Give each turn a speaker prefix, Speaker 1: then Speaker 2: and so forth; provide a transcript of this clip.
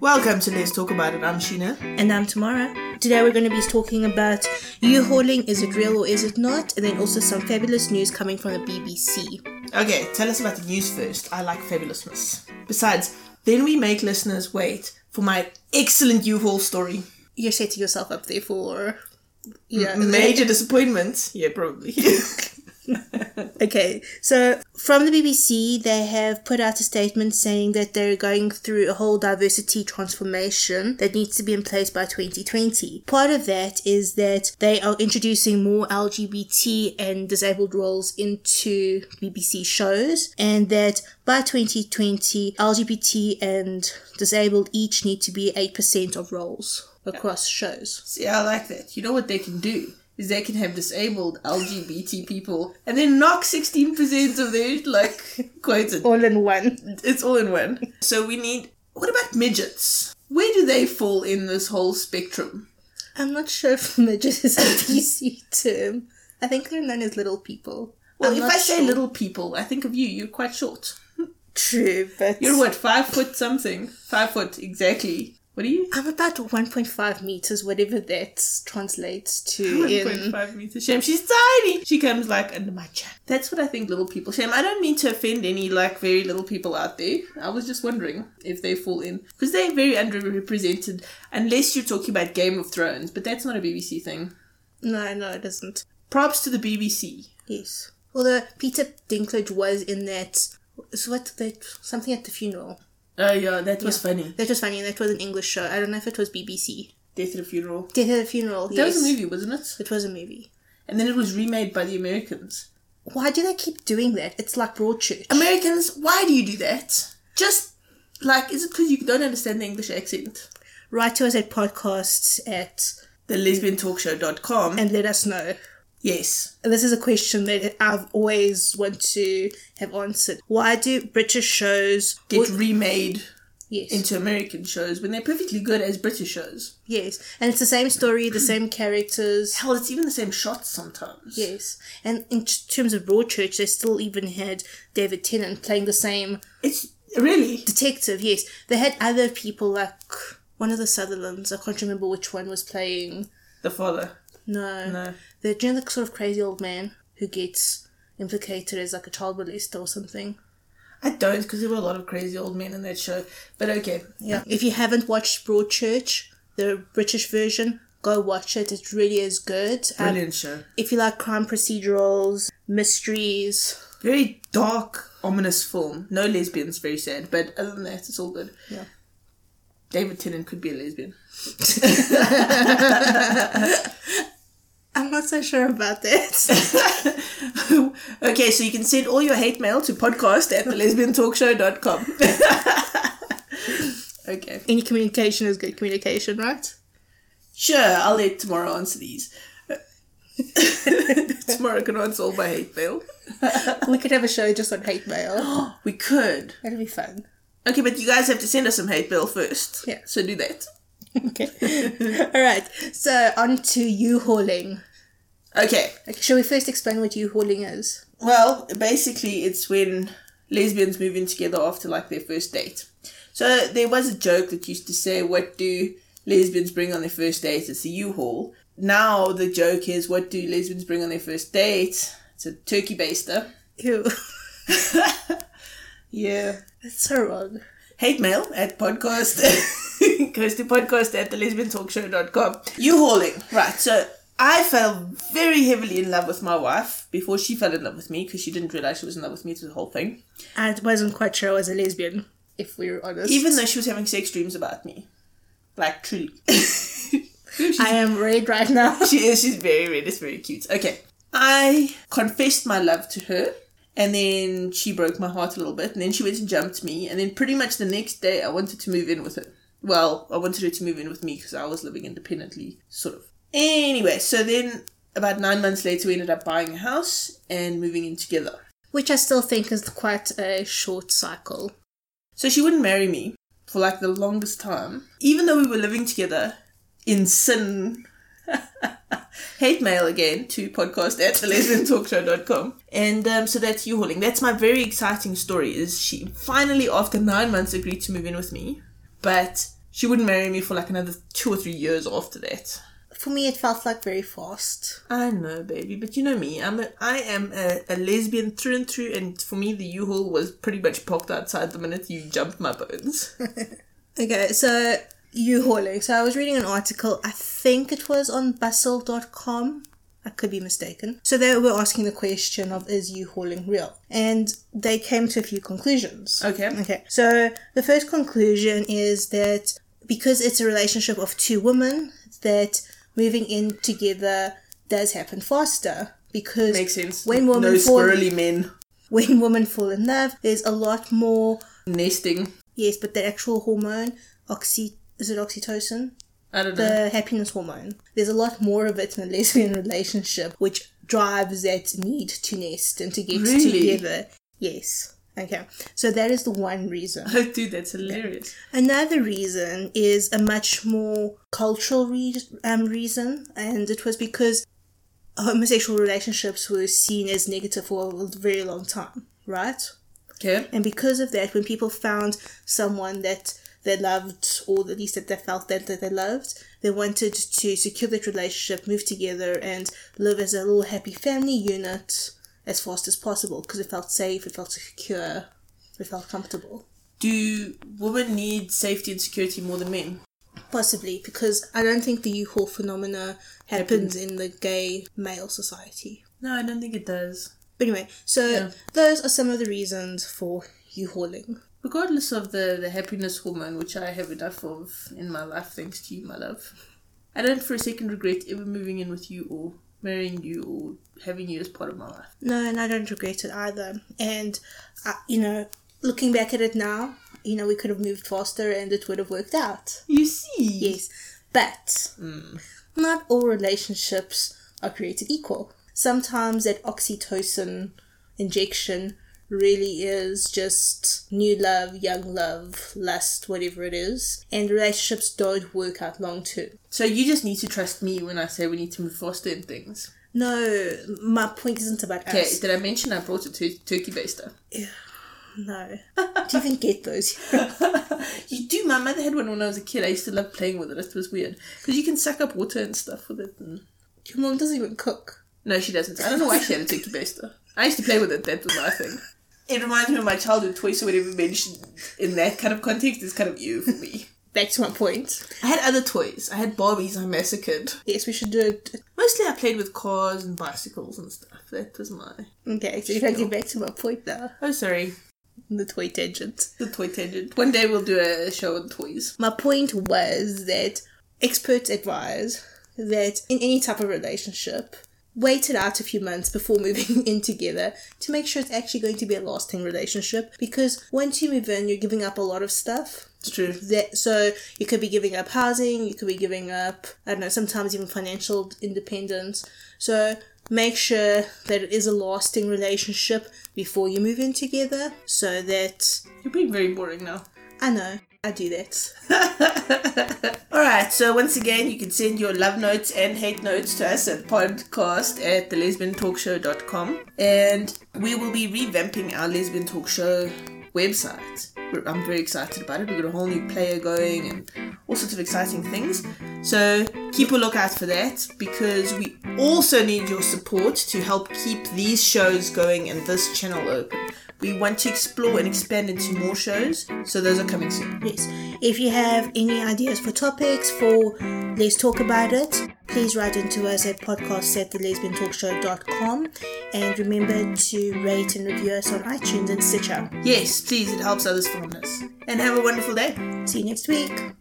Speaker 1: Welcome to Let's Talk About It. I'm Sheena.
Speaker 2: And I'm Tamara. Today we're going to be talking about U hauling is it real or is it not? And then also some fabulous news coming from the BBC.
Speaker 1: Okay, tell us about the news first. I like fabulousness. Besides, then we make listeners wait for my excellent U-Haul story.
Speaker 2: You're setting yourself up there for. Yeah.
Speaker 1: Major disappointment. Yeah, probably.
Speaker 2: Okay, so from the BBC, they have put out a statement saying that they're going through a whole diversity transformation that needs to be in place by 2020. Part of that is that they are introducing more LGBT and disabled roles into BBC shows, and that by 2020, LGBT and disabled each need to be 8% of roles across shows.
Speaker 1: See, I like that. You know what they can do? Is they can have disabled LGBT people and then knock 16% of their, like, quotas.
Speaker 2: All in one.
Speaker 1: It's all in one. So we need. What about midgets? Where do they fall in this whole spectrum?
Speaker 2: I'm not sure if midget is a PC term. I think they're known as little people.
Speaker 1: Well,
Speaker 2: I'm
Speaker 1: if
Speaker 2: not
Speaker 1: I say
Speaker 2: sure.
Speaker 1: little people, I think of you. You're quite short.
Speaker 2: true, but
Speaker 1: You're what, five foot something? Five foot, exactly. What are you?
Speaker 2: I'm about 1.5 meters, whatever that translates to in.
Speaker 1: 1.5 meters. Shame, she's tiny. She comes like under my chin. That's what I think little people. Shame, I don't mean to offend any like very little people out there. I was just wondering if they fall in because they're very underrepresented, unless you're talking about Game of Thrones. But that's not a BBC thing.
Speaker 2: No, no, it isn't.
Speaker 1: Props to the BBC.
Speaker 2: Yes. Although Peter Dinklage was in that. So what that something at the funeral.
Speaker 1: Oh yeah, that was funny.
Speaker 2: That was funny. That was an English show. I don't know if it was BBC.
Speaker 1: Death at a funeral.
Speaker 2: Death at the funeral.
Speaker 1: That
Speaker 2: yes.
Speaker 1: was a movie, wasn't it?
Speaker 2: It was a movie.
Speaker 1: And then it was remade by the Americans.
Speaker 2: Why do they keep doing that? It's like Broadchurch.
Speaker 1: Americans, why do you do that? Just like, is it because you don't understand the English accent?
Speaker 2: Write to us at podcasts at
Speaker 1: The lesbiantalkshow.com.
Speaker 2: and let us know.
Speaker 1: Yes.
Speaker 2: This is a question that I've always want to have answered. Why do British shows
Speaker 1: Get remade
Speaker 2: yes,
Speaker 1: into American shows when they're perfectly good as British shows.
Speaker 2: yes, and it's the same story, the same characters.
Speaker 1: Hell, it's even the same shots sometimes.
Speaker 2: Yes, and in t- terms of Broadchurch, they still even had David Tennant playing the same
Speaker 1: It's really.
Speaker 2: detective. Yes, they had other people like one of the Sutherlands. I can't remember which one was playing.
Speaker 1: The father.
Speaker 2: No,
Speaker 1: No.
Speaker 2: the you know, the sort of crazy old man who gets implicated as like a child molester or something.
Speaker 1: I don't because there were a lot of crazy old men in that show. But okay.
Speaker 2: Yeah. If you haven't watched Broadchurch, the British version, go watch it. It really is good. Um,
Speaker 1: Brilliant show.
Speaker 2: if you like crime procedurals, mysteries,
Speaker 1: Very dark, ominous film. No lesbians, very sad. But other than that, it's all good.
Speaker 2: Yeah.
Speaker 1: David Tennant could be a lesbian.
Speaker 2: I'm not so sure about that.
Speaker 1: okay, so you can send all your hate mail to podcast at thelesbiantalkshow.com. okay.
Speaker 2: Any communication is good communication, right?
Speaker 1: Sure, I'll let tomorrow answer these. tomorrow can answer all my hate mail.
Speaker 2: we could have a show just on hate mail.
Speaker 1: We could.
Speaker 2: That'd be fun.
Speaker 1: Okay, but you guys have to send us some hate mail first.
Speaker 2: Yeah.
Speaker 1: So do that.
Speaker 2: Okay. All right. So on to you hauling.
Speaker 1: Okay.
Speaker 2: Okay, shall we first explain what you hauling is?
Speaker 1: Well, basically, it's when lesbians move in together after like their first date. So there was a joke that used to say, "What do lesbians bring on their first date?" It's a U-Haul. Now the joke is, "What do lesbians bring on their first date?" It's a turkey baster.
Speaker 2: Ew.
Speaker 1: Yeah.
Speaker 2: That's so wrong.
Speaker 1: Hate mail at podcast goes to podcast at thelesbiantalkshow.com. U-Hauling. Right. So I fell very heavily in love with my wife before she fell in love with me because she didn't realize she was in love with me through the whole thing.
Speaker 2: I wasn't quite sure I was a lesbian, if we were honest.
Speaker 1: even though she was having sex dreams about me, like truly, she's,
Speaker 2: I am red right now.
Speaker 1: she is. She's very red. It's very cute. Okay, I confessed my love to her, and then she broke my heart a little bit, and then she went and jumped me, and then pretty much the next day I wanted to move in with her. Well, I wanted her to move in with me because I was living independently, sort of. Anyway, so then about nine months later, we ended up buying a house and moving in together.
Speaker 2: Which I still think is quite a short cycle.
Speaker 1: So she wouldn't marry me for like the longest time, even though we were living together in sin. Hate mail again to podcast at thelesbiantalkshow.com. And um, so that's you hauling. That's my very exciting story is she finally, after nine months, agreed to move in with me. But She wouldn't marry me for like another two or three years after that.
Speaker 2: For me, it felt like very fast.
Speaker 1: I know, baby, but you know me. I'm a, I am a, a lesbian through and through, and for me, the U-Haul was pretty much parked outside the minute you jumped my bones.
Speaker 2: Okay, so you hauling. So I was reading an article, I think it was on bustle.com. I could be mistaken. So they were asking the question of is you hauling real? And they came to a few conclusions.
Speaker 1: Okay.
Speaker 2: Okay. So the first conclusion is that because it's a relationship of two women, that moving in together does happen faster. Because
Speaker 1: Makes sense.
Speaker 2: when women
Speaker 1: no
Speaker 2: fall
Speaker 1: squirrely men
Speaker 2: when women fall in love, there's a lot more
Speaker 1: nesting.
Speaker 2: yes, but the actual hormone, oxy is it oxytocin?
Speaker 1: I don't know.
Speaker 2: the happiness hormone. There's a lot more of it in a lesbian relationship, which drives that need to nest and to get
Speaker 1: Really?
Speaker 2: together. Yes. Okay. So that is the one reason.
Speaker 1: Oh, dude, that's hilarious.
Speaker 2: Another reason is a much more cultural re- um, reason, and it was because homosexual relationships were seen as negative for a very long time, right?
Speaker 1: Okay.
Speaker 2: And because of that, when people found someone that they loved, or at least that they felt that, that they loved, they wanted to secure that relationship, move together, and live as a little happy family unit as fast as possible because it felt safe, it felt secure, it felt comfortable.
Speaker 1: Do women need safety and security more than men?
Speaker 2: Possibly, because I don't think the U-Haul phenomena happens in the gay male society.
Speaker 1: No, I don't think it does.
Speaker 2: But anyway, so
Speaker 1: Yeah.
Speaker 2: those are some of the reasons for U-Hauling.
Speaker 1: Regardless of the, the happiness hormone, which I have enough of in my life, thanks to you, my love, I don't for a second regret ever moving in with you or marrying you or having you as part of my life.
Speaker 2: No, and I don't regret it either. And, uh, you know, looking back at it now, you know, we could have moved faster and it would have worked out.
Speaker 1: You see?
Speaker 2: Yes. But not all relationships are created equal. Sometimes that oxytocin injection really is just new love, young love, lust, whatever it is. And relationships don't work out long term.
Speaker 1: So you just need to trust me when I say we need to move faster in things.
Speaker 2: No, my point isn't about
Speaker 1: Okay,
Speaker 2: us.
Speaker 1: did I mention I brought a tur- turkey baster?
Speaker 2: No. Do you even get those?
Speaker 1: You do. My mother had one when I was a kid. I used to love playing with it. It was weird because you can suck up water and stuff with it. And...
Speaker 2: Your mom doesn't even cook.
Speaker 1: No, she doesn't. I don't know why she had a turkey baster. I used to play with it. That was my thing. It reminds me of my childhood toy, so whatever mentioned in that kind of context is kind of you for me.
Speaker 2: That's my point.
Speaker 1: I had other toys. I had Barbies. I massacred.
Speaker 2: Yes, we should do it.
Speaker 1: Mostly, I played with cars and bicycles and stuff. That was my.
Speaker 2: Okay, so you don't get back to my point now.
Speaker 1: Oh, sorry,
Speaker 2: The toy tangent.
Speaker 1: the toy tangent. One day we'll do a show on toys.
Speaker 2: My point was that experts advise that in any type of relationship, wait it out a few months before moving in together to make sure it's actually going to be a lasting relationship. Because once you move in, you're giving up a lot of stuff.
Speaker 1: It's true.
Speaker 2: That, so you could be giving up housing, you could be giving up, I don't know, sometimes even financial independence. So make sure that it is a lasting relationship before you move in together so that,
Speaker 1: You're being very boring now.
Speaker 2: I know, I do that.
Speaker 1: Alright, so once again, you can send your love notes and hate notes to us at podcast at thelesbiantalkshow.com. And we will be revamping our Lesbian Talk Show website. We're- I'm very excited about it. We've got a whole new player going and all sorts of exciting things. So keep a lookout for that because we also need your support to help keep these shows going and this channel open. We want to explore and expand into more shows, so those are coming soon.
Speaker 2: Yes. If you have any ideas for topics for Let's Talk About It, please write into us at podcast at thelesbiantalkshow.com and remember to rate and review us on iTunes and Stitcher.
Speaker 1: Yes, please, it helps others find us. And have a wonderful day.
Speaker 2: See you next week.